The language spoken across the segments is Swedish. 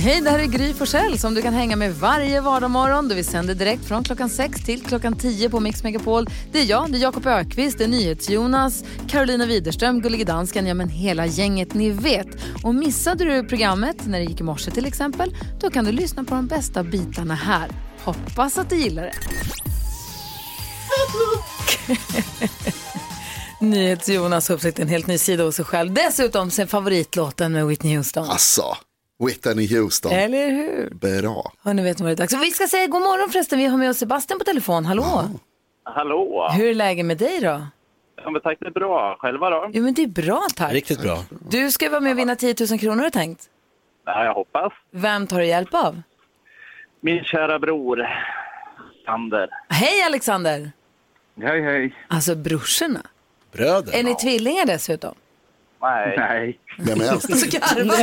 Hej, det här är Gry Forssell som du kan hänga med varje vardagsmorgon. Vi sänder direkt från klockan 6 till klockan 10 på Mix Megapol. Det är jag, det är Jakob Ökvist, det är NyhetsJonas, Carolina Widerström, Gullige Dansken, ja men hela gänget ni vet. Och missade du programmet när det gick i morse till exempel, då kan du lyssna på de bästa bitarna här. Hoppas att du gillar det. NyhetsJonas har upptäckt en helt ny sida hos sig själv. Dessutom sin favoritlåten med Whitney Houston. Alltså, Whitney Houston. Eller hur? Bra. Ja, nu vet ni vad det är dags för. Vi ska säga god morgon förresten. Vi har med oss Sebastian på telefon. Hallå! Hallå! Hur är läget med dig då? Ja, men tack, det är bra. Själva då? Jo, men det är bra tack. Riktigt bra. Du ska ju vara med och vinna 10 000 kronor har jag tänkt. Ja, jag hoppas. Vem tar du hjälp av? Min kära bror, Sander. Hej Alexander! Hej, hej. Alltså brorsorna. Är Bröder. ni tvillingar dessutom? Nej, Nej, Vem är äldst? Så garvar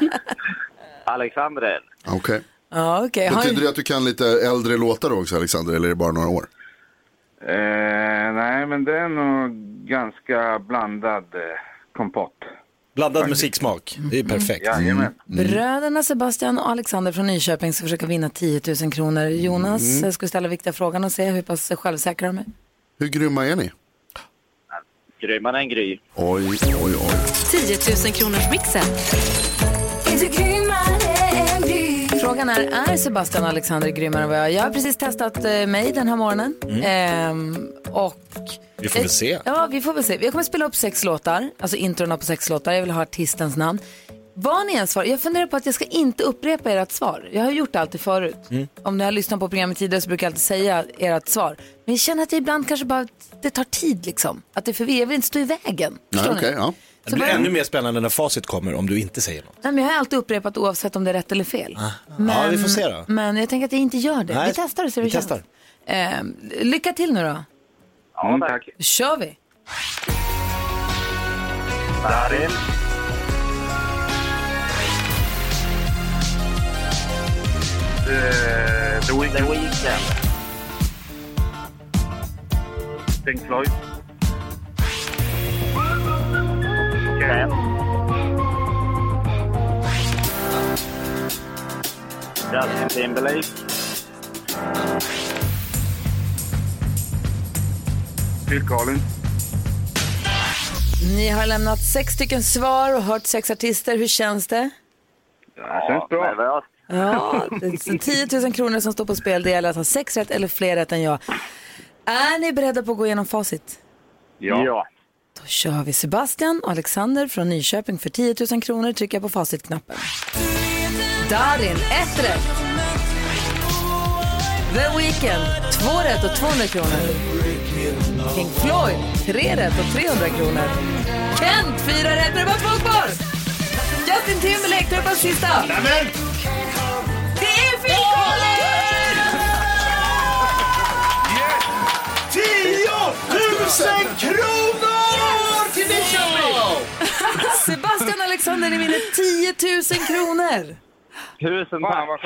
ni. Alexander. Okej. Ja, okej. Har Betyder ni- det att du kan lite äldre låtar också, Alexander, eller är det bara några år? eh, nej men det är nog ganska blandad eh, kompott. Mm. Blandad musiksmak. Det är perfekt. Mm. Jajamän. Bröderna Sebastian och Alexander från Nyköping ska försöka vinna 10 000 kronor. Jonas mm. ska ställa viktiga frågan och se hur pass självsäkra de är. Hur grymma är ni? Grymmare än Gry. Oj, oj, oj. 10 000 kronors mixen. Frågan är, är Sebastian och Alexander grymmare än vad jag är? Jag har precis testat eh, mig den här morgonen. Ehm, och... Mm. Vi får väl se. Ja, vi får väl se. Jag kommer spela upp sex låtar, alltså introna på sex låtar. Jag vill ha artistens namn. Var ni än svar? Jag funderar på att jag ska inte upprepa ert svar. Jag har gjort det alltid förut. Mm. Om ni har lyssnat på programmet tidigare så brukar jag alltid säga ert svar. Men jag känner att jag ibland kanske bara, det tar tid liksom. Att det är förvirrat. Jag vill inte stå i vägen. Nej, Förstår ni? okej, ja. Det Så blir bara- ännu mer spännande när facit kommer om du inte säger något. Nej, men jag har alltid upprepat oavsett om det är rätt eller fel. Ja, vi får se då. Men jag tänker att jag inte gör det. Nej, vi testar och ser vi hur det känns. testar. Ehm, lycka till nu då. Ja, tack. Då kör vi. Darin. Eh, The The Weeknd, Weeknd. Pink Floyd, Ken. Justin Timberlake. Phil Collins. Ni har lämnat sex stycken svar och hört sex artister. Hur känns det? Ja, känns bra. Nervöst. Ja, det är 10 000 kronor som står på spel. Det gäller att ha sex rätt eller fler rätt än jag. Är ni beredda på att gå igenom facit? Ja. Då kör vi Sebastian och Alexander från Nyköping för 10 000 kronor. Trycker jag på facitknappen. Darin, ett rätt. The Weeknd, två rätt och 200 kronor. King Floyd, tre rätt och 300 kronor. Kent, fyra rätt. Det är bara två kvar. Justin Timberlake, tar upp hans sista. Det är Phil Collins! Sebastian Alexander, ni vinner 10 000 kronor. Tusen Fan tack. vad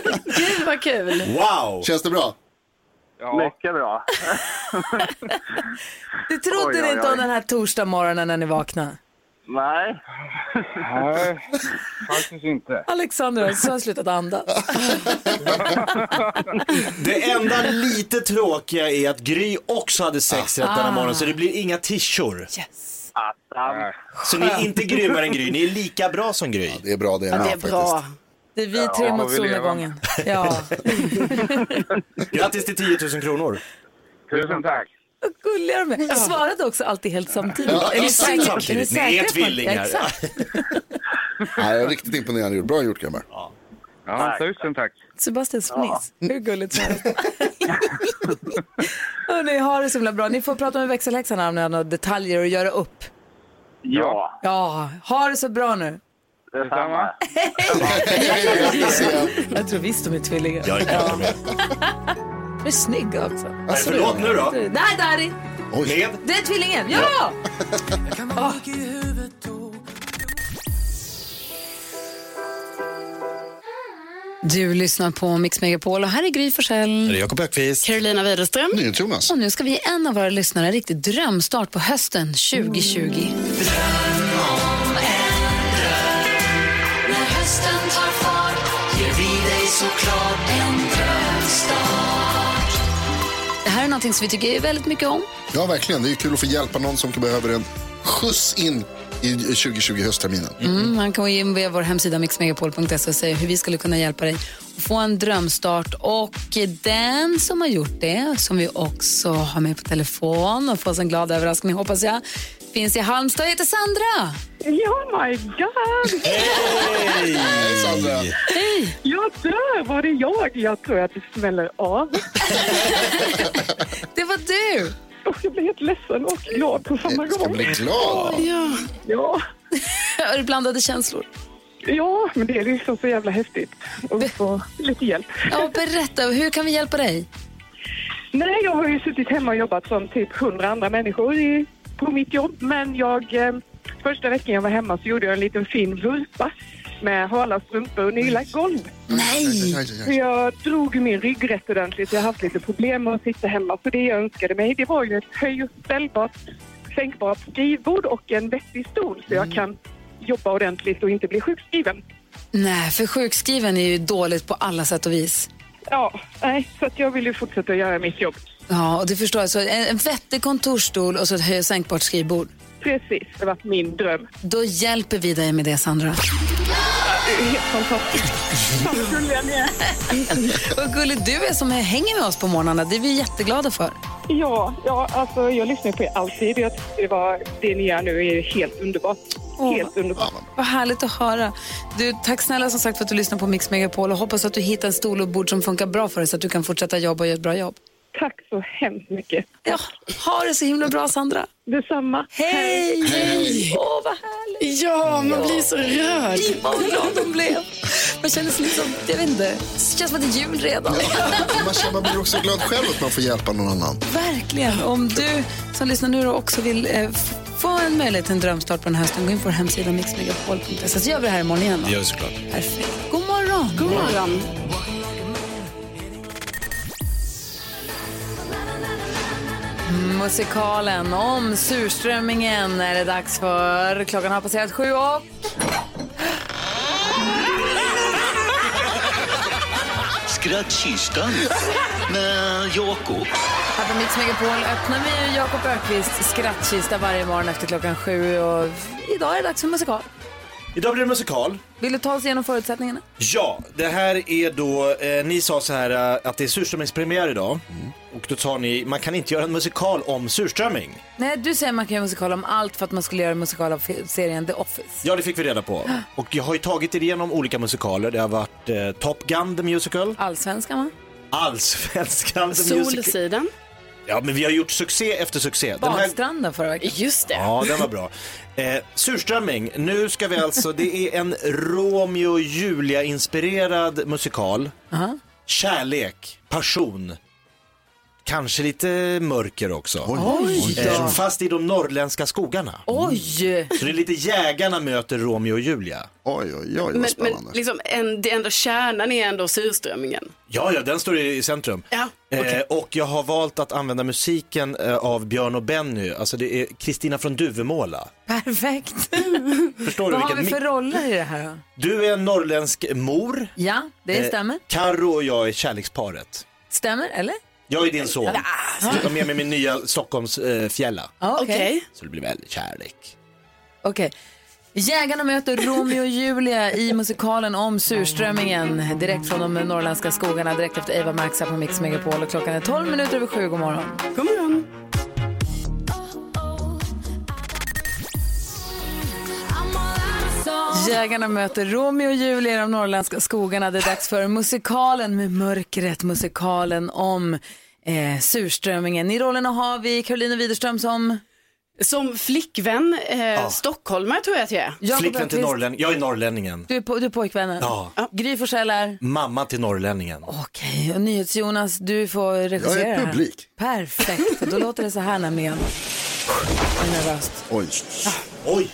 skönt. Gud vad kul. Wow! Känns det bra? Ja, Mycket bra. Det trodde Oj, ni oj, inte om oj. den här torsdag morgonen när ni vaknade. Nej. nej, faktiskt inte. Alexander har så slutat andas. Det enda lite tråkiga är att Gry också hade sex rätt denna morgon så det blir inga tishor. Yes. Attan. Så ni är inte grymmare än Gry, ni är lika bra som Gry. Det är bra det. Ja, Det är bra. Det är vi tre mot får vi leva. solnedgången. Ja, Grattis till 10 000 kronor. Tusen tack. vad gulliga de är. Jag svarade också alltid helt samtidigt. Ja, exakt samtidigt. Ni är tvillingar. Exakt. Nej, riktigt imponerande gjort. Bra gjort, grabbar. Ja, tusen tack. Sebastians fniss. Hur gulligt som helst. Hörrni, ha det så himla bra. Ni får prata med växelhäxan här om ni har några detaljer att göra upp. Ja. Ja, ha det så bra nu. Detsamma. Hej, hej, hej. Jag tror visst de är tvillingar. Jag är glad med. De är snygga också. Nej, förlåt nu då. Nej, Darin! Oj. Lev. Det är tvillingen! Ja! Ah. Du lyssnar på Mix Megapol och här är Gry Forssell. Jakob Ökvist. Carolina Widerström. Jonas. Och nu ska vi ge en av våra lyssnare en riktig drömstart på hösten 2020. Det här är någonting som vi tycker väldigt mycket om. Ja, verkligen. Det är kul att få hjälpa någon som behöver en skjuts in i 2020 höstterminen. Mm, man kan gå in via vår hemsida mixmegapol.se och säga hur vi skulle kunna hjälpa dig att få en drömstart. Och den som har gjort det, som vi också har med på telefon och får oss en glad överraskning hoppas jag, finns i Halmstad och heter Sandra. Ja, my god! Hej, Sandra. Jag dör! Var det jag? Jag tror att det smäller av. Det var du! Och jag blir helt ledsen och glad på samma Jag ska gång. bli glad. Ja. Har du blandade känslor? ja, men det är liksom så jävla häftigt att få lite hjälp. Ja, berätta, hur kan vi hjälpa dig? Nej, jag har ju suttit hemma och jobbat som typ hundra andra människor i, på mitt jobb. Men jag, eh, första veckan jag var hemma så gjorde jag en liten fin vulpa med hala strumpor och nyla golv. Nej. Aj, aj, Så aj. jag drog ju min rygg rätt ordentligt. Jag har haft lite problem med att sitta hemma. Så det jag önskade mig det var ju ett höj och ställbart, sänkbart skrivbord och en vettig stol så jag kan jobba ordentligt och inte bli sjukskriven. Nej, för sjukskriven är ju dåligt på alla sätt och vis. Ja, nej, så att jag vill ju fortsätta göra mitt jobb. Ja, och det förstår jag. Så en, en vettig kontorsstol och så ett höj och sänkbart skrivbord. Precis, det har varit min dröm. Då hjälper vi dig med det, Sandra. Det är helt fantastiskt. Vad gulliga ni är. Vad gullig du är som hänger med oss på morgnarna. Det är vi jätteglada för. Ja, ja, alltså jag lyssnar på er alltid. Jag tycker det, var, det ni gör nu är helt underbart. Helt underbart. Vad härligt att höra. Du, tack snälla som sagt för att du lyssnar på Mix Megapol och hoppas att du hittar en stol och bord som funkar bra för dig så att du kan fortsätta jobba och göra ett bra jobb. Tack så hemskt mycket. Ja, ha det så himla bra, Sandra. Detsamma. Hej! Hej. Åh, vad härligt! Ja, man blir så rörd. Vad glad de blev! Man känner sig liksom, jag vet inte, det känns som att det är jul redan. Man, känner, man blir också glad själv att man får hjälpa någon annan. Verkligen. Om du som lyssnar nu då också vill eh, f- få en möjlighet till en drömstart på den här hösten, gå in på vår hemsida mixmegapol.se så gör vi det här imorgon igen. Det gör vi såklart. Perfekt. God morgon. God morgon. Musikalen om surströmmingen är det dags för. Klockan har passerat sju och... Skrattkistan med Jakob. Här på Mix Megapol öppnar vi ju Jakob Ökvists skrattkista varje morgon efter klockan sju. Och idag är det dags för musikal. Idag blir det musikal. Vill du ta oss igenom förutsättningarna? Ja, det här är då, eh, ni sa så här eh, att det är surströmmingspremiär idag. Och då sa ni, man kan inte göra en musikal om surströmming. Nej, Eh, du säger man kan göra musikal om allt för att man skulle göra en musikal av f- serien The Office. Ja, det fick vi reda på. Och jag har ju tagit er igenom olika musikaler. Det har varit eh, Top Gun the Musical, Allsvenskan va? Allsvenskan the Musical. Solsidan. Ja, men vi har gjort succé efter succé. Den här- Badstranden förra veckan. Just det. Ja, den var bra. Eh, surströmming, nu ska vi alltså, det är en Romeo och Julia-inspirerad musikal. Aha. Kärlek, passion, kanske lite mörker också. Eh, fast i de norrländska skogarna. Oj! Så det är lite jägarna möter Romeo och Julia. Oj, oj, oj, vad Men, men spännande. liksom, en, det enda kärnan är ändå surströmmingen. Ja, ja, den står i i centrum. Ja, Eh, och jag har valt att använda musiken eh, av Björn och Benny, alltså det är Kristina från Duvemåla. Perfekt. Förstår du Vad har vilken? vi för mi- roller i det här då? Du är en norrländsk mor, Ja, det Eh, stämmer. Karo och jag är kärleksparet. Stämmer, eller? Jag är din son. Jag tar med mig min nya Stockholmsfjälla. Ja, okej. Så det blir väl kärlek. Okej. Jägarna möter Romeo och Julia i musikalen om surströmmingen. Direkt från de norrländska skogarna, direkt efter Eva Max här på Mix Megapol. Och klockan är 12 minuter över sju. God morgon. God morgon. Jägarna möter Romeo och Julia i de norrländska skogarna. Det är dags för musikalen med mörkret. Musikalen om eh, surströmmingen. I rollerna har vi Karolina Widerström som Som flickvän, eh, Ja. stockholmare tror jag att jag är. Jakob Flickvän till Öqvist. norrlänningen. Jag är norrlänningen. Du är, po- du är pojkvännen? Ja. Gry Forssell är? Mamma till norrlänningen. Okej, och NyhetsJonas, du får regissera Jag är det här. publik. Perfekt, då låter det så här nämligen. Jag är nervös. Oj. Oj.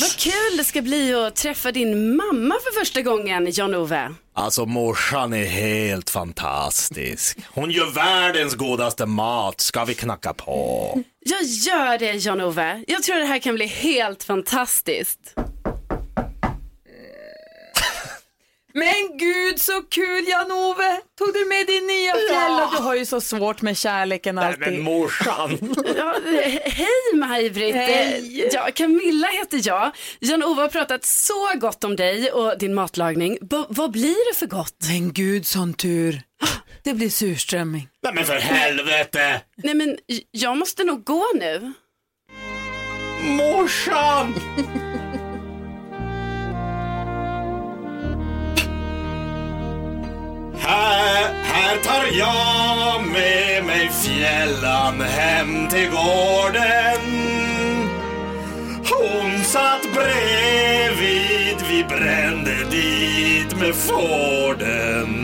Vad kul det ska bli att träffa din mamma för första gången, Jan-Ove. Alltså morsan är helt fantastisk. Hon gör världens godaste mat. Ska vi knacka på? Jag gör det, Jan-Ove. Jag tror det här kan bli helt fantastiskt. Men gud så kul Jan-Ove! Äh, Tog du med din nya fjäll? Du har ju så svårt med kärleken alltid. men morsan! Ja, he- hej Maj-Britt! Hej. Ja, Camilla heter jag. Jan-Ove har pratat så gott om dig och din matlagning. B- vad blir det för gott? Men gud sån tur. Det blir surströmming. Nej men för helvete! Nej men j- jag måste nog gå nu. Morsan! Här, här tar jag med mig fjällan hem till gården. Hon satt bredvid, vi brände dit med Forden.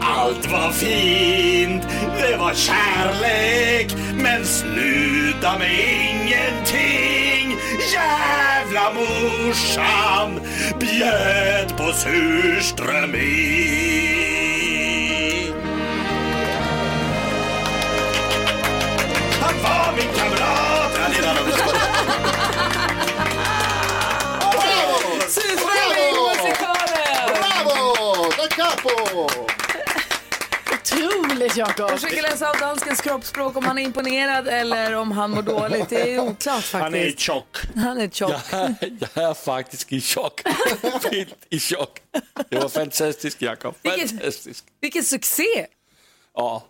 Allt var fint, det var kärlek, men sluta med ingenting. Jävla morsan bjöd på surströmming. Han var min kamrat. Ja, det där var- Bravo! Da capo! Otroligt Jakob! Jag försöker läsa av danskens kroppsspråk om han är imponerad eller om han mår dåligt. Det är oklart faktiskt. tjock. Han är tjock. Jeg er faktisk i chok. Helt i chok. Det var fantastisk, Jakob. Hvilket- Fantastisk. Vilken succé! Åh.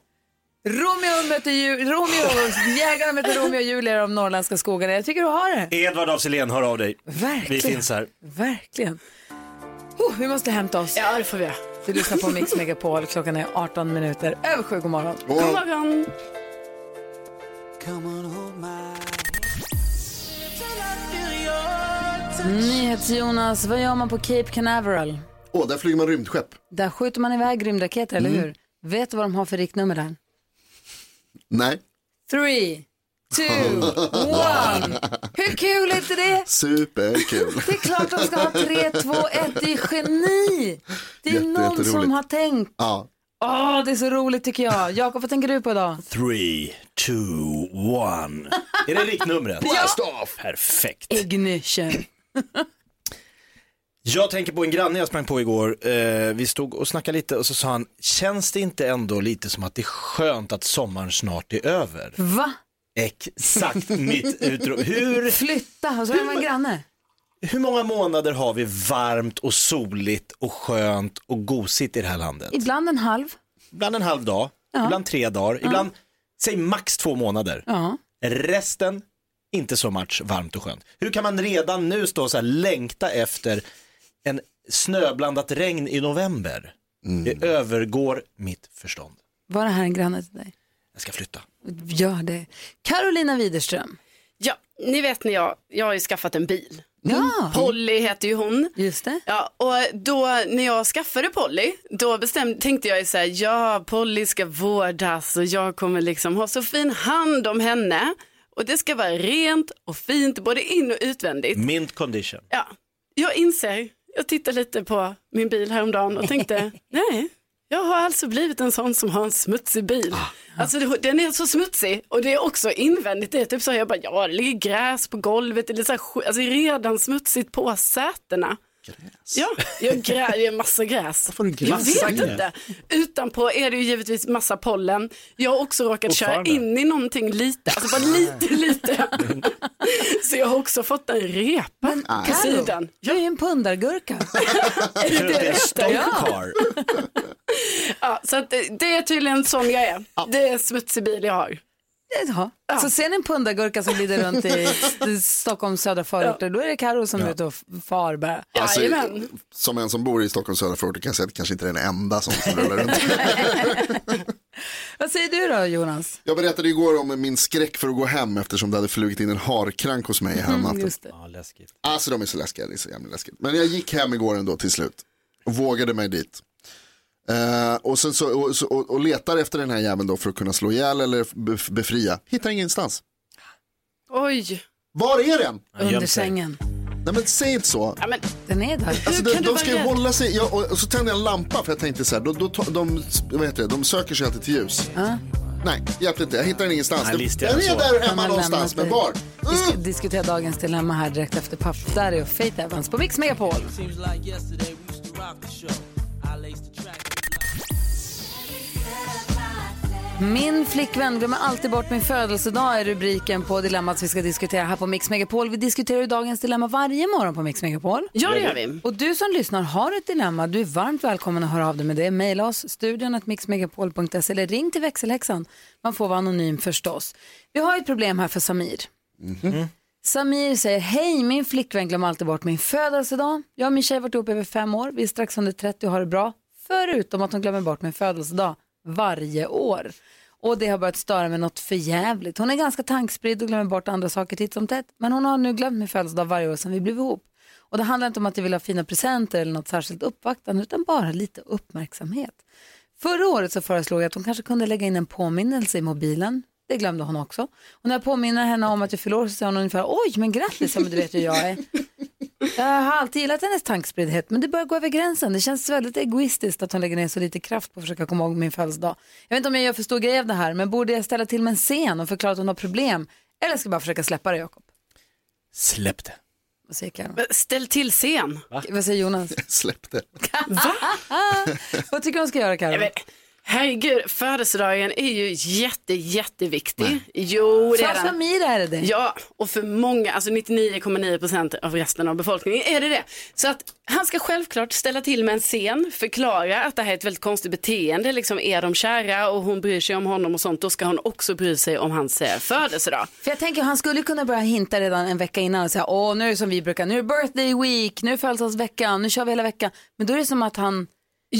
Romeo möter ju, Romeo, jägarna möter Romeo och Julia i de norrländska skogarna. Jag tycker du har det. Edvard af Sillén, hör av dig. Verkligen. Vi finns här. Verkligen. Oh, vi måste hämta oss. Ja, det får vi göra. Du lyssnar på Mix Megapol. Klockan är 18 minuter över sju. God morgon. God morgon! NyhetsJonas, vad gör man på Cape Canaveral? Åh, där flyger man rymdskepp. Där skjuter man iväg rymdraketer, eller Mm. hur? Vet du vad de har för riktnummer där? Nej. Three, two, one. Hur kul är inte det? Superkul. Det är klart de ska ha tre, två, ett. Det är geni. Det är Jätte- någon som jätteroligt. har tänkt. Ja. Åh, det är så roligt tycker jag. Jakob, vad tänker du på idag? Three, two, one. Är det riktnumret? Blast Perfekt. Ignition. Jag tänker på en granne jag sprang på igår. Eh, vi stod och snackade lite och så sa han, känns det inte ändå lite som att det är skönt att sommaren snart är över? Va? Exakt mitt utrop. Hur, Flytta, och så är man granne. hur många månader har vi varmt och soligt och skönt och gosigt i det här landet? Ibland en halv. Ibland en halv dag, Ja. ibland tre dagar, ibland säg max två månader. Ja. Resten, inte så much varmt och skönt. Hur kan man redan nu stå och så här längta efter en snöblandat regn i november? Det övergår mitt förstånd. Var det här en granne till dig? Jag ska flytta. Gör det. Carolina Widerström. Ja, ni vet när jag, jag har ju skaffat en bil. Ja. Polly heter ju hon. Just det. Ja, och då när jag skaffade Polly, då bestämde, tänkte jag ju så här, ja Polly ska vårdas och jag kommer liksom ha så fin hand om henne. Och det ska vara rent och fint både in och utvändigt. Mint condition. Ja, jag inser, jag tittade lite på min bil häromdagen och tänkte, nej, jag har alltså blivit en sån som har en smutsig bil. Alltså det- den är så smutsig och det är också invändigt. Det är typ så här, jag bara, ja, det ligger gräs på golvet, eller så här, sk- alltså det är redan smutsigt på sätena. Ja, jag grä, det är massa gräs. du jag gräs? vet Gräs? inte. Utanpå är det ju givetvis massa pollen. Jag har också råkat köra Fortfarande? in i någonting lite, alltså bara lite, lite. Så jag har också fått en repa på Carro, sidan. Du är ju en pundargurka. Är det Det är en det stock car. Ja, så att det, det är tydligen sån jag är. Det är en smutsig bil jag har. Jaha. Så ser ni en pundargurka som glider runt i i Stockholms södra förorter, då är det Carro som är ute och f- far bara. Alltså, som en som bor i Stockholms södra förorter kan jag säga att det kanske inte är den enda som som rullar runt. Vad säger du då Jonas? Jag berättade igår om min skräck för att gå hem eftersom det hade flugit in en harkrank hos mig Mm, häromnatten. just det. Alltså de är så läskiga, det är så jävla läskigt. Men jag gick hem igår ändå till slut. Och vågade mig dit. Eh, och, sen så, och, så- och, och letar efter den här jäveln då för att kunna slå ihjäl eller bef- befria. Hittar ingenstans. Oj. Var är den? Under sängen. Nej men säg inte så. Ja, men den är där. Alltså, de, de ska ju hålla sig, ja, och och så tände jag en lampa för jag tänkte så här, då, då, tar- de, vad heter det, de söker sig alltid till ljus. Nej, hjälpte inte, jag hittar den ingenstans. Nej, Den- listig den än är så. där Han hemma har någonstans, lämnat men det. var? Vi ska diskutera dagens dilemma här direkt efter Puff Daddy och Faith Evans på Mix Megapol. Seems like yesterday we used to rock the show. I laced the track. Min flickvän glömmer alltid bort min födelsedag är rubriken på dilemmat vi ska diskutera här på Mix Megapol. Vi diskuterar ju dagens dilemma varje morgon på Mix Megapol. Ja, det gör vi. Och du som lyssnar har ett dilemma, du är varmt välkommen att höra av dig med det. Maila oss, studion att mixmegapol.se eller ring till växelhäxan. Man får vara anonym förstås. Vi har ett problem här för Samir. Samir säger, hej min flickvän glömmer alltid bort min födelsedag. Jag och min tjej har varit ihop i över fem år, vi är strax under 30 och har det bra. Förutom att hon glömmer bort min födelsedag varje år. Och det har börjat störa mig något förjävligt. Hon är ganska tankspridd och glömmer bort andra saker titt som tätt. Men hon har nu glömt min födelsedag varje år sedan vi blev ihop. Och det handlar inte om att jag vill ha fina presenter eller något särskilt uppvaktande utan bara lite uppmärksamhet. Förra året så föreslog jag att hon kanske kunde lägga in en påminnelse i mobilen. Det glömde hon också. Och när jag påminner henne om att jag fyller år så säger hon ungefär oj men grattis, ja, men du vet hur jag är. Jag har alltid gillat hennes tankspriddhet men det börjar gå över gränsen. Det känns väldigt egoistiskt att hon lägger ner så lite kraft på att försöka komma ihåg min födelsedag. Jag vet inte om jag gör för stor grej av det här men borde jag ställa till med en scen och förklara att hon har problem? Eller ska jag bara försöka släppa det Jakob? Släpp det. Vad säger Karin? Ställ till scen. Vad säger Jonas? Släpp det. Va? Vad tycker du hon ska göra Karin? Herregud, födelsedagen är ju jätte, jätteviktig. Jo, det är För den. Samir är det det. Ja, och för många, alltså 99,9 procent av resten av befolkningen är det det. Så att han ska självklart ställa till med en scen, förklara att det här är ett väldigt konstigt beteende, liksom är de kära och hon bryr sig om honom och sånt, då ska hon också bry sig om hans eh, födelsedag. För jag tänker han skulle kunna börja hinta redan en vecka innan och säga åh nu är det som vi brukar, nu är det birthday week, nu är födelsedagsveckan, nu kör vi hela veckan. Men då är det som att han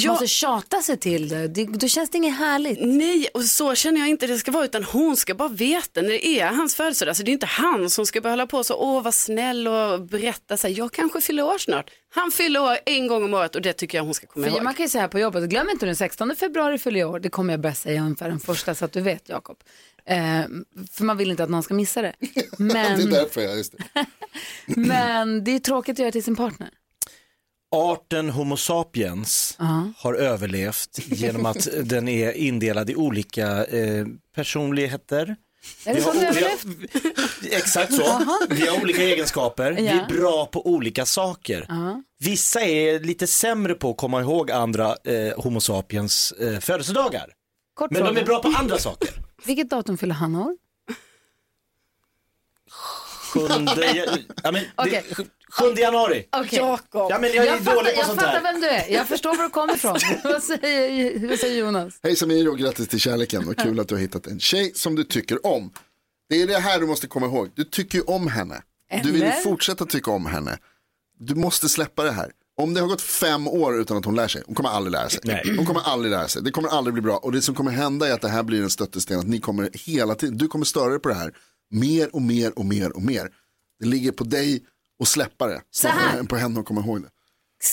måste tjata sig till det. det. Då känns det inget Mm. härligt. Nej, och så känner jag inte det ska vara utan hon ska bara veta när det är hans födelsedag. Alltså det är inte han som ska börja hålla på så, åh vad snäll och berätta så här, jag kanske fyller år snart. Han fyller år en gång om året och det tycker jag hon ska komma För ihåg. man kan ju säga här på jobbet, glöm inte den 16 februari fyller jag år, det kommer jag börja säga ungefär den första så att du vet Jakob. Eh, för man vill inte att någon ska missa det. Det är Men, därför jag, just det. men det är tråkigt att göra till sin partner. Arten Homo sapiens har överlevt genom att den är indelad i olika eh, personligheter. Är det Vi så har du o- har vi har- överlevt? Exakt så. Jaha. Vi har olika egenskaper, vi Ja. är bra på olika saker. Ja. Vissa är lite sämre på att komma ihåg andra eh, Homo sapiens eh, födelsedagar. Kort Men de fråga. är bra på andra saker. Vilket datum fyller han år? Sjunde, ja, men, Okej. det, sjunde januari. Okej. Ja, men jag är dålig fattar, på jag sånt fattar här. vem du är. Jag förstår var du kommer ifrån. vad, säger, vad säger Jonas? Hej Samir och grattis till kärleken. Vad kul att du har hittat en tjej som du tycker om. Det är det här du måste komma ihåg. Du tycker ju om henne. Du vill ju Eller? fortsätta tycka om henne. Du måste släppa det här. Om det har gått fem år utan att hon lär sig, hon kommer aldrig lära sig. Hon kommer aldrig lära sig. Det kommer aldrig bli bra. Och det som kommer hända är att det här blir en stöttesten. Att ni kommer hela tiden, du kommer störa dig på det här. Mer och mer och mer och mer. Det ligger på dig att släppa det. Så här. Snarare än på henne att komma ihåg det.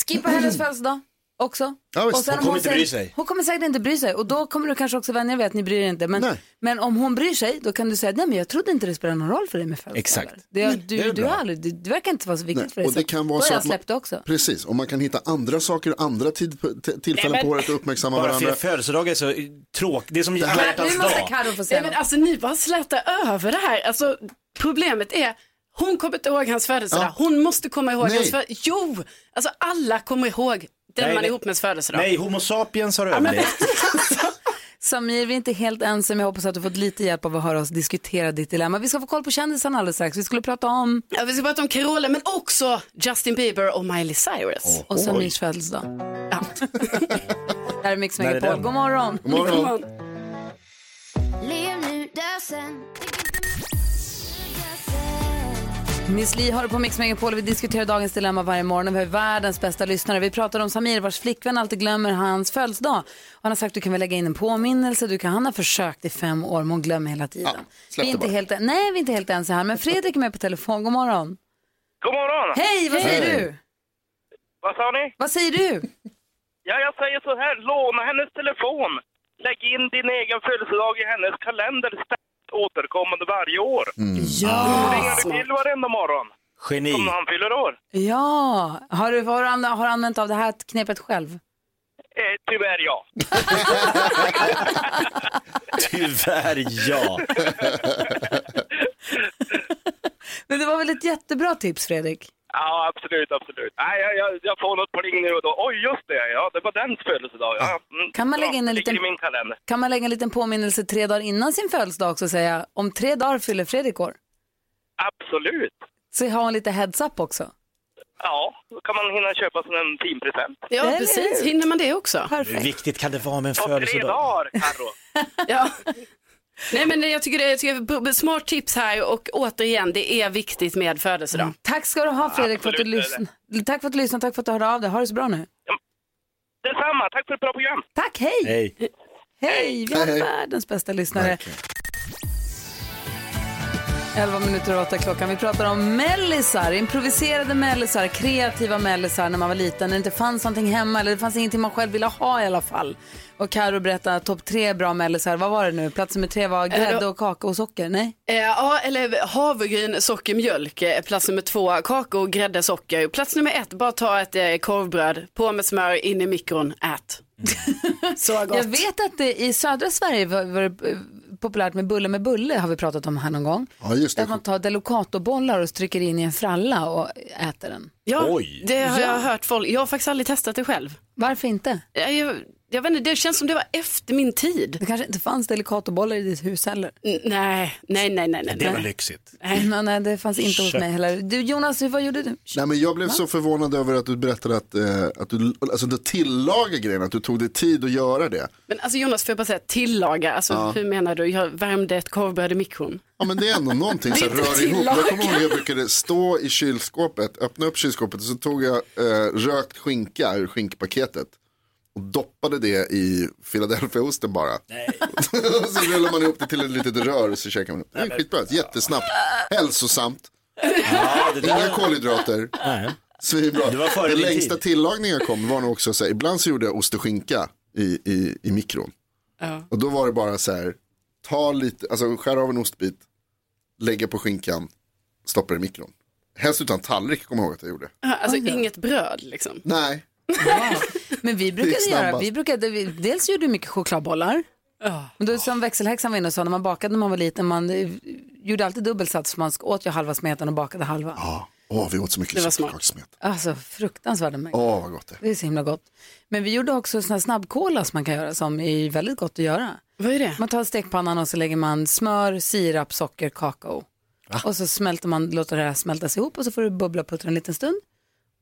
Skippa hennes födelsedag också. Ja, visst. om Hon kommer inte säger- bry sig. Hon kommer säkert inte bry sig och då kommer du kanske också vänja dig vid att ni bryr er inte. Men, men om hon bryr sig då kan du säga nej men jag trodde inte det spelade någon roll för dig med födelsedagar. Exakt. Det, Nej, du, det är du, bra. har aldrig, det, det verkar inte vara så viktigt Nej, för dig. och det kan vara då har så jag att man- släppt det också. Precis, och man kan hitta andra saker och andra tid, t- tillfällen Nej, men- på året att uppmärksamma Bara varandra. för födelsedagar är så tråkigt, det är som här- hjärtans Nu dag. måste få säga Nej, men alltså ni bara slätar över det här. Alltså problemet är hon kommer inte ihåg hans födelsedag. Ja. Hon måste komma ihåg Nej. hans födelsedag. Jo, alltså alla kommer ihåg den Nej, man är nej. ihop med födelsedag. Nej, Homo sapiens har överlevt. Samir, vi är inte helt ensam. Jag hoppas att du fått lite hjälp av att höra oss diskutera ditt dilemma. Vi ska få koll på kändisarna alldeles strax. Vi skulle prata om... Ja, vi ska prata om Carola, men också Justin Bieber och Miley Cyrus. Och Samirs födelsedag. Här är Mix Där är Megapol. den. God morgon. God morgon. God Lev nu, dö sen. Miss Li har det på Mix Megapol. Vi diskuterar dagens dilemma varje morgon och vi har världens bästa lyssnare. Vi pratar om Samir vars flickvän alltid glömmer hans födelsedag. Han har sagt du kan väl lägga in en påminnelse. Du kan, han har försökt i fem år men hon glömmer hela tiden. vi, släpp är det inte bara. helt, nej, vi är inte helt ense här men Fredrik är med på telefon. God morgon. God morgon! Hej, vad säger du? Vad sa ni? Vad säger du? Ja, jag säger så här, låna hennes telefon. Lägg in din egen födelsedag i hennes kalender ständigt återkommande varje år. Ja. Då ringer du till varenda morgon. Geni. Som när han fyller år. Ja, har du, har du, an- har du använt av det här knepet själv? Eh, tyvärr ja. Tyvärr ja. Men det var väl ett jättebra tips Fredrik? Ja, absolut, absolut. Nej, jag, jag, jag får något pling nu och då. Oj, just det, ja, det var dens födelsedag. Ja. Mm, Kan man bra, lägga in en det ligger liten- i min kalender. Kan man lägga en liten påminnelse tre dagar innan sin födelsedag också och säga om tre dagar fyller Fredrik år? Absolut. Så har hon lite heads up också. Ja, då kan man hinna köpa sig en fin present. Ja, precis. Hinner man det också? Hur viktigt kan det vara med en Och tre födelsedag? dagar, Carro. Ja. Nej, men jag tycker det jag tycker det är ett smart tips här och återigen, det är viktigt med födelsedag. Tack ska du ha Fredrik för att du Absolut, det är lyssnade. Tack för att du lyssnade, tack för att du hörde av dig. Ha det så bra nu. Detsamma, tack för ett bra program. Tack, hej! Hej, vi har världens bästa lyssnare. 11 minuter och 8 klockan. Vi pratar om mellisar, improviserade mellisar, kreativa mellisar när man var liten. När det inte fanns någonting hemma eller det fanns ingenting man själv ville ha i alla fall. Och Karo berättade topp tre bra mellisar. Vad var det nu? Plats nummer tre var Eh, grädde då- och kaka och socker? Nej? Eh, Ja, eller havregryn, socker, mjölk. eh, Plats nummer två, kakao, grädde, socker. Plats nummer ett, bara ta ett eh, korvbröd, på med smör, in i mikron, ät. Så gott. Mm. Jag vet att det i södra Sverige var, var det eh, populärt med bulle med bulle har vi pratat om här någon gång. Ja, just Där man tar delocatorbollar och trycker in i en fralla och äter den. Ja, det har jag hört folk. Jag har faktiskt aldrig testat det själv. Varför inte? Jag, jag, jag vet inte, det känns som det var efter min tid. Det kanske inte fanns delikatobollar i ditt hus heller. Nej, nej, nej, nej. nej. Det var lyxigt. Nej, nej, det fanns inte hos Kött. mig heller. Du Jonas, hur- vad gjorde du? Nej, men jag blev så förvånad över att du berättade att, eh, att du, alltså, du tillagar grejen, att du tog dig tid att göra det. Men alltså Jonas, får jag bara säga tillaga, alltså Ja. hur menar du? Jag värmde ett korvbröd i mikron. Ja men det är ändå någonting som Det är inte rör ihop. Jag kommer ihåg tillagat. jag brukade stå i kylskåpet, öppna upp kylskåpet och så tog jag eh, rökt skinka ur skinkpaketet och doppade det i Philadelphiaosten bara. och så rullar man ihop det till ett litet rör och så käkar man upp. Det är skitbra, jättesnabbt, hälsosamt, inga kolhydrater. Svinbra. Det var före Den din tid. längsta tillagningen jag kom var nog också så här, ibland så gjorde jag ost och skinka i, i, i mikron. Ja. Och då var det bara så här, ta lite, alltså skär av en ostbit, lägga på skinkan, stoppa i mikron. Helst utan tallrik kommer jag ihåg att jag gjorde. Alltså inget bröd liksom. Nej. Men vi Det brukade är göra, snabbast. vi brukade, vi, dels gjorde vi mycket chokladbollar. Men då, som växelhäxan var inne och sa, när man bakade när man var liten, man eh, gjorde alltid dubbelsats, för man åt ju halva smeten och bakade halva. Åh, vi åt så mycket sockerkakssmet. Alltså fruktansvärda mängder. Åh, vad gott det är. Det är så himla gott. Men vi gjorde också sån här snabbkola som man kan göra som är väldigt gott att göra. Vad är det? Man tar stekpannan och så lägger man smör, sirap, socker, kakao. Och så smälter man, låter det här smältas ihop och så får det bubbla och puttra en liten stund.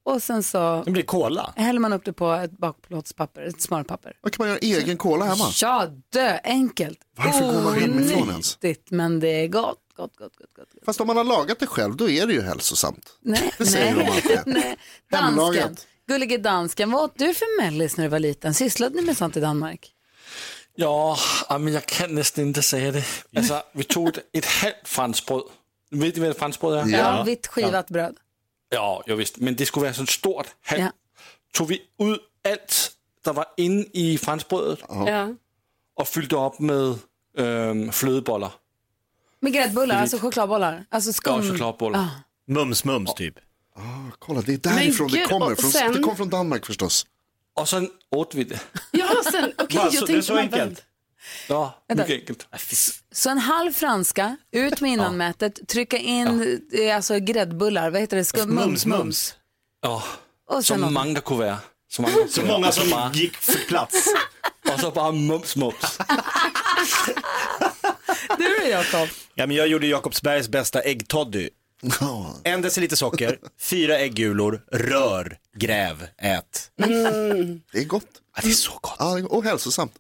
Och sen så Det blir kola. häller man upp det på ett bakplåtspapper, ett smörpapper. Vad kan man göra egen kola hemma? Ja, dö, enkelt. Varför går man hemifrån ens? Onyttigt, men det är gott. gott, gott, gott. Fast om man har lagat det själv, då är det ju hälsosamt. Nej, det säger de alltid. Dansken, Hemlagat. gullige dansken, vad åt du för mellis när du var liten? Sysslade ni med sånt i Danmark? Ja, ja, men jag kan nästan inte säga det. Alltså, vi tog ett, ett halvt fransbröd. Vet ni vad ett fransbröd är? Ja, vitt skivat bröd. Ja, jo, visst. Men det skulle vara sådan stort halvt. Ja. Tog vi ut allt som var inne i fransbrödet Ja. och fyllde upp med ähm, flödebollar. Med gräddbullar, alltså chokladbollar. Alltså skum. Ja, chokladbollar. Ah. Mums, mums typ. Ah, kolla, det är därifrån Men det gud, kommer. och Från, sen- Det kom från Danmark förstås. Och sen åt vi det. Ja, sen, okej, Bara jag så- Alltså, det tänkte är så man- enkelt. Ja, Vänta. mycket enkelt. Så en halv franska, ut med innanmätet, trycka in eh, alltså, gräddbullar, vad heter det? Skum, mums, mums. Ja, Och sen så något. många kunne være. Så många, Så många som gick för plats. Alltså, Och så bara mums, mums. Du då Jakob? Ja, men jag gjorde Jakobsbergs bästa äggtoddy. En deciliter socker, fyra äggulor, rör, gräv, ät. Det är gott. Ja, det är så gott. Ja, det är gott. och hälsosamt.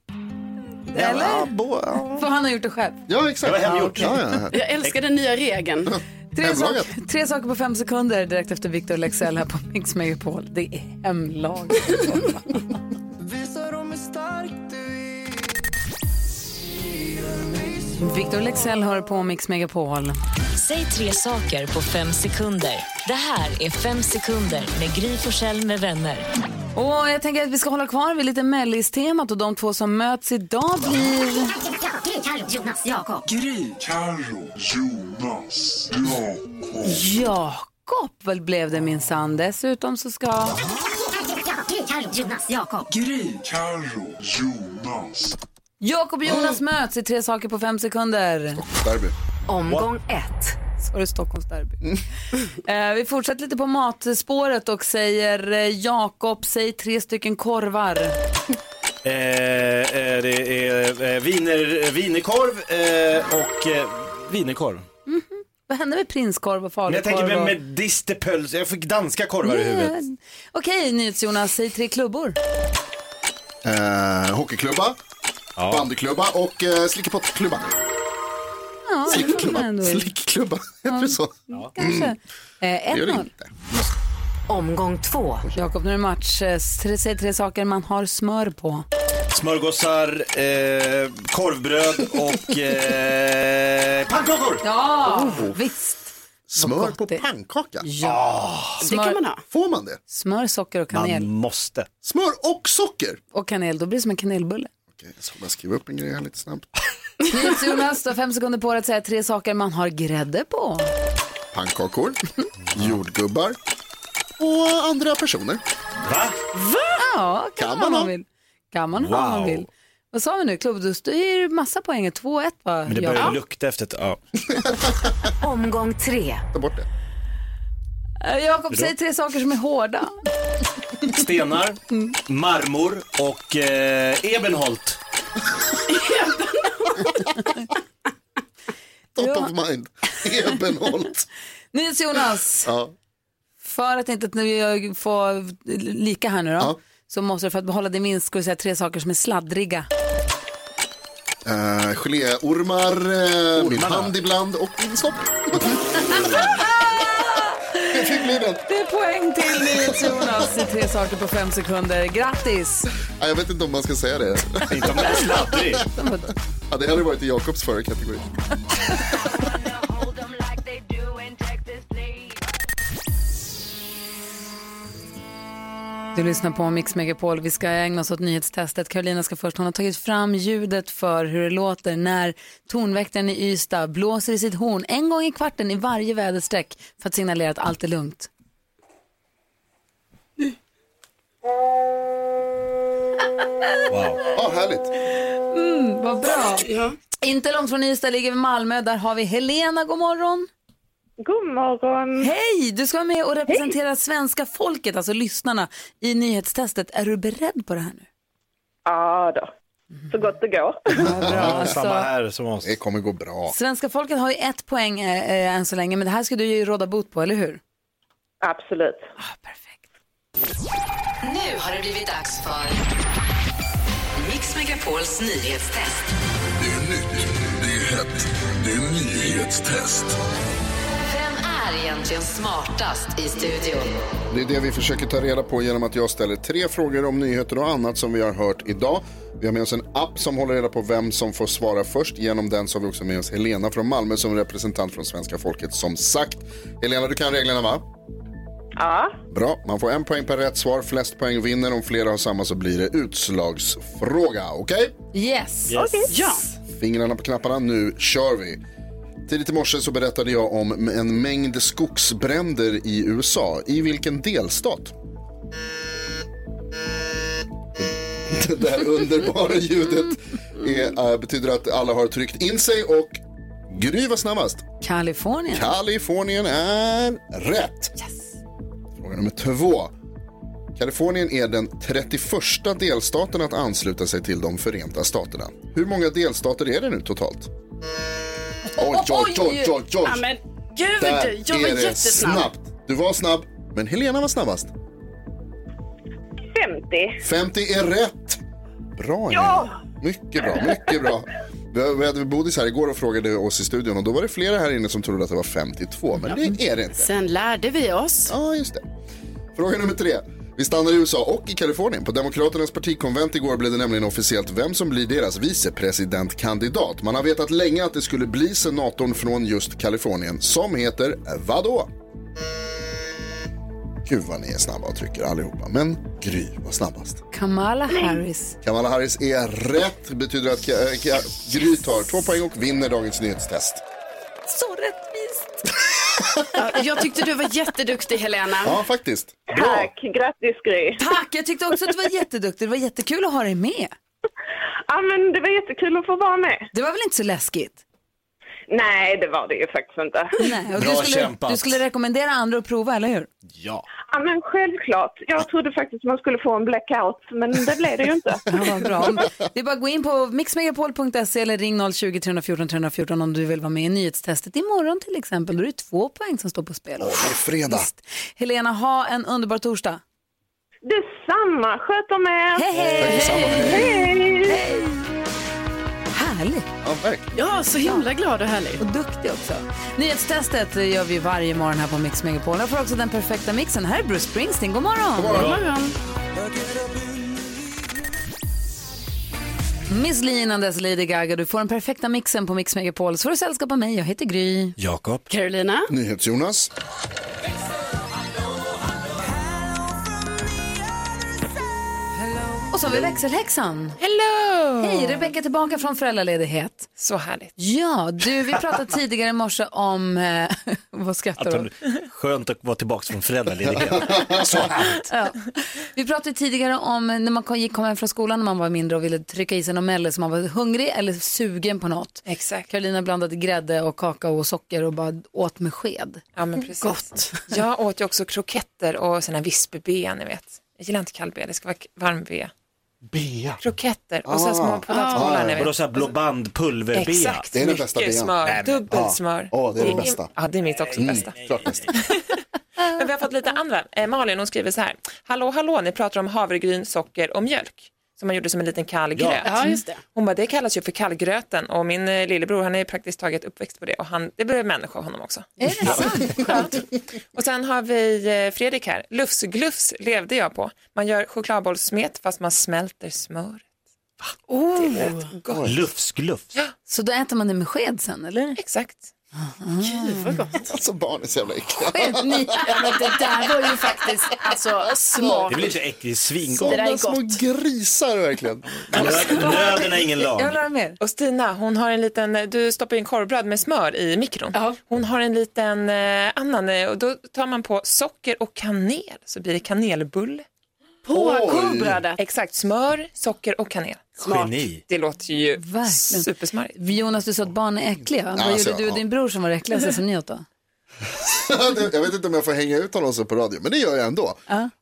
Eller? För han har gjort det själv. Ja, exakt. Det var Ja, hemgjort. ja, ja. Jag älskar den nya regeln. Tre, Hemlaget. sak, tre saker på fem sekunder direkt efter Victor Lexell här på Mix Megapol. Det är hemlag. Visa dem hur stark du är. Victor Lexell hör på Mix Megapol. Säg tre saker på fem sekunder. Det här är Fem sekunder med Gry Forssell med vänner. Och jag tänker att vi ska hålla kvar vid lite mellistemat och de två som möts idag blir... Gry, Carro, Jonas, Jakob. Gry, Carro, Jonas, Jakob. Jakob väl blev det minsann. Dessutom så ska... Gry, Carro, Jonas, Jakob. Gry, Carro, Jonas. Jakob och Jonas möts i tre saker på fem sekunder. Derby. Omgång ett. Så är det Stockholmsderby. eh, vi fortsätter lite på matspåret och säger eh, Jakob, säg tre stycken korvar. Eh, eh, det är eh, viner, vinerkorv eh, och eh, vinerkorv. Vad hände med prinskorv och Men jag falukorv? tänker med, och- med distepölse, jag fick danska korvar i huvudet. Nej. Okej, NyhetsJonas, säg tre klubbor. Eh, hockeyklubba, bandyklubba och eh, slickepottklubba. Ja, Slickklubba. det var ändå- Slickklubba, heter det så? Kanske. Mm. Eh, Det gör det 1-0. inte. Omgång två. Jakob, nu är det match. Eh, tre- Säg tre saker man har smör på. Smörgåsar, eh, korvbröd och eh, pannkakor. Ja, Oh. visst. Smör på pannkaka? Ja. Smör- Får man det? Smör, socker och kanel. Man måste. Smör och socker? Och kanel, då blir det som en kanelbulle. Okej, jag ska bara skriva upp en grej här lite snabbt. Jonas, du har fem sekunder på dig att säga tre saker man har grädde på. Pannkakor, jordgubbar och andra personer. Va? Ja, kan, man Kan man om ha? man vill. Kan man ha om man Wow. vill. Vad sa vi nu? Klubb, du du är ju massa poäng. 2-1 va? Men det Jakob? börjar lukta efter ett, ja. Omgång tre. Ta bort det. Eh, Jakob, säg tre saker som är hårda. Stenar, marmor och eh, ebenholt. Top of mind. Ebenholt. Nils Jonas, Ja. för att inte att ni får lika här nu då, så måste du för att behålla din vinst skulle säga tre saker som är sladdriga. Eh, geléormar, eh, min hand ibland och min snopp. Jag fick bli den. Det är poäng till Nils Jonas i tre saker på fem sekunder. Grattis! Nej, Jag vet inte om man ska säga det. Inte om det är sladdrig. Hade hellre varit i Jakobs förra kategori. Du lyssnar på Mix Megapol. Vi ska ägna oss åt nyhetstestet. Carolina ska först, hon har tagit fram ljudet för hur det låter när tonväktaren i Ystad blåser i sitt horn en gång i kvarten i varje väderstreck för att signalera att allt är lugnt. Wow. Ja, härligt. Mm, vad bra. Inte långt från Ystad ligger vi i Malmö. Där har vi Helena. God morgon. God morgon. Hej! Du ska vara med och representera svenska folket, alltså lyssnarna, i nyhetstestet. Är du beredd på det här nu? Ja då, så gott det går. Ja, samma alltså. här som oss. Det kommer gå bra. Svenska folket har ju ett poäng eh, eh, än så länge, men det här ska du ju råda bot på, eller hur? Absolut. Nu har det blivit dags för Mix Megapols nyhetstest. Det är nytt, det är hett, det är nyhetstest. Vem är egentligen smartast i studion? Det är det vi försöker ta reda på genom att jag ställer tre frågor om nyheter och annat som vi har hört idag. Vi har med oss en app som håller reda på vem som får svara först. Genom den så har vi också med oss Helena från Malmö som representant från svenska folket som sagt. Helena, du kan reglerna va? Ja, Bra, man får en poäng per rätt svar. Flest poäng vinner. Om flera har samma så blir det utslagsfråga. Okej? Yes. Yes. Okej. Ja. Fingrarna på knapparna, nu kör vi. Tidigt i morse så berättade jag om en mängd skogsbränder i USA. I vilken delstat? Det där underbara ljudet är, äh, betyder att alla har tryckt in sig och Gry var snabbast. Kalifornien. Kalifornien är rätt. Fråga nummer två. Kalifornien är den 31 delstaten att ansluta sig till de Förenta Staterna. Hur många delstater är det nu totalt? Oj, oj, oj, oj, oj. Ja, men gud, Där jag var är det jättesnabb. snabbt. Du var snabb, men Helena var snabbast. 50. 50 är rätt. Bra, Helena. Ja! Mycket bra, mycket bra. Vi vi hade Bodis här igår och frågade oss i studion och då var det flera här inne som trodde att det var 52, men det är det inte. Sen lärde vi oss. Ja, just det. Fråga nummer tre. Vi stannar i USA och i Kalifornien. På Demokraternas partikonvent igår blev det nämligen officiellt vem som blir deras vicepresidentkandidat. Man har vetat länge att det skulle bli senatorn från just Kalifornien som heter vadå? Gud vad ni är snabba och trycker allihopa, men Gry var snabbast. Kamala Harris. Kamala Harris är rätt. Det betyder att Ka- eh, Ka- Gry tar två poäng och vinner dagens nyhetstest. Så rättvist. Ja, jag tyckte du var jätteduktig Helena. Ja, faktiskt. Tack, grattis Gry. Tack, jag tyckte också att du var jätteduktig. Det var jättekul att ha dig med. Ja, men det var jättekul att få vara med. Det var väl inte så läskigt? Nej, det var det ju faktiskt inte. Nej, och du skulle, Du skulle rekommendera andra att prova, eller hur? Ja. Ja, men självklart. Jag trodde faktiskt man skulle få en blackout, men det blev det ju inte. Ja, vad bra. Om- Det är bara att gå in på mixmegapol.se eller ring 020-314 314 om du vill vara med i nyhetstestet imorgon till exempel. Då är det två poäng som står på spel. Åh, det är fredag. Helena, ha en underbar torsdag. Detsamma, sköt om er. Hej, hej. Hej. Härligt. Ja, Ja, så himla glad och härlig. Och duktig också. Nyhetstestet gör vi varje morgon här på Mix Megapol. Jag får också den perfekta mixen. Här är Bruce Springsteen. God morgon. God morgon. God morgon. Miss Li innan dess Lady Gaga. Du får den perfekta mixen på Mix Megapol. Så får du sällskap av mig. Jag heter Gry. Jakob. Carolina. NyhetsJonas. Och så har vi växelhäxan. Hello! Hej, Rebecka tillbaka från föräldraledighet. Så härligt. Ja, du, vi pratade tidigare i morse om... Eh, vad skrattar Att du åt? hon, skönt att vara tillbaka från föräldraledighet. Så Ja. Vi pratade tidigare om när man kom- gick kom hem från skolan när man var mindre och ville trycka i sig någon mellis så man var hungrig eller sugen på något. Exakt. Karolina blandade grädde och kakao och socker och bara åt med sked. Ja, men precis. Gott. Jag åt ju också kroketter och såna här vispebea, ni vet. Jag gillar inte kall bea, det ska vara k- varm bea. Bea. Kroketter och sen små potatisbollar, ni vet. Ah. Vadå så här blå band, pulverbea? Exakt, mycket smör, dubbelsmör. Ingen- Ja, Ah. det är mitt också bästa. Mm. Klart bästa. Men vi har fått lite andra. Eh, Malin hon skriver så här. Hallå, hallå, ni pratar om havregryn, socker och mjölk som man gjorde som en liten kall Ja. gröt. Mm. Ja, just det. Hon bara, det kallas ju för kallgröten och min eh, lillebror han är praktiskt taget uppväxt på det och han, det blev människa av honom också. Är det sant? och sen har vi eh, Fredrik här. Lufsglufs levde jag på. Man gör chokladbollssmet fast man smälter smör. Oh. Gott. Lufsglufs. Så då äter man det med sked sen, eller? Exakt. Gud, vad gott. Alltså barn är så jävla äckliga. Ja, men det där var ju faktiskt alltså, smart. Det blir så äckligt, svingott. Sådana små grisar verkligen. Nöden har ingen lag. Jag vill ha mer. Och Stina, hon har en liten, eh, du stoppar in korvbröd med smör i mikron. Hon har en liten eh, annan eh, och då tar man på socker och kanel så blir det kanelbulle. På Oj. korvbrödet? Exakt, smör, socker och kanel. Smart. Geni. Det låter ju Verkligen. supersmarrigt. Jonas, du sa att barn är äckliga. Vad Alltså, gjorde du och ja. din bror som var det äckligaste som ni åt då? jag vet inte om jag får hänga ut honom så på radio, men det gör jag ändå.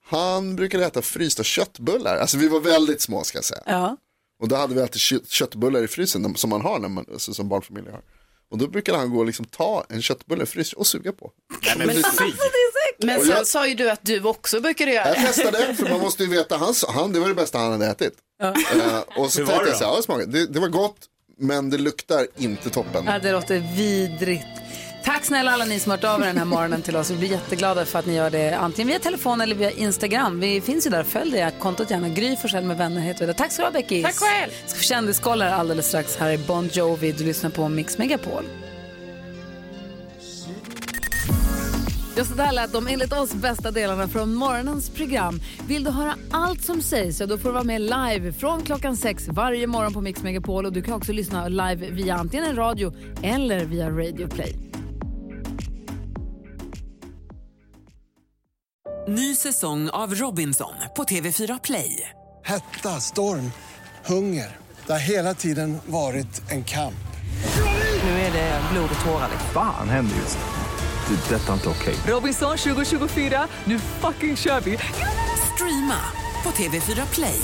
Han brukade äta frysta köttbullar. Alltså vi var väldigt små ska jag säga. Ja. Och då hade vi alltid kö- köttbullar i frysen de- som man har när man, alltså, som barnfamilj har. Och då brukade han gå och liksom ta en köttbulle fryst och suga på. men Men- fy. Alltså, Men Och sen jag, sa ju du att du också brukade göra jag det. testade, för man måste ju veta, han, sa- han, det var det bästa han hade ätit. Eh, och så Hur var tänkte det jag så här, ja, det, smakade- det, det var gott, men det luktar inte toppen. Ja, det låter vidrigt. Tack snälla alla ni som har hört av er den här morgonen till oss. Vi blir jätteglada för att ni gör det antingen via telefon eller via Instagram. Vi finns ju där, följ det kontot gärna. Gry Forssell med vänner heter vi där. Tack så du ha Beckis. Tack själv. Ska få kändiskollar alldeles strax. Här är Bon Jovi, du lyssnar på Mix Megapol. Just så där lät de enligt oss bästa delarna från morgonens program. Vill du höra allt som sägs så då får du vara med live från klockan sex varje morgon på Mix Megapol. Och du kan också lyssna live via antingen en radio eller via Radio Play. Ny säsong av Robinson på TV4 Play. Hetta, storm, hunger. Det har hela tiden varit en kamp. Nu är det eh, blod och tårar. liksom. Fan händer just det. Det är detta inte okej. Robinson 2024, nu fucking kör vi! Streama på TV4 Play.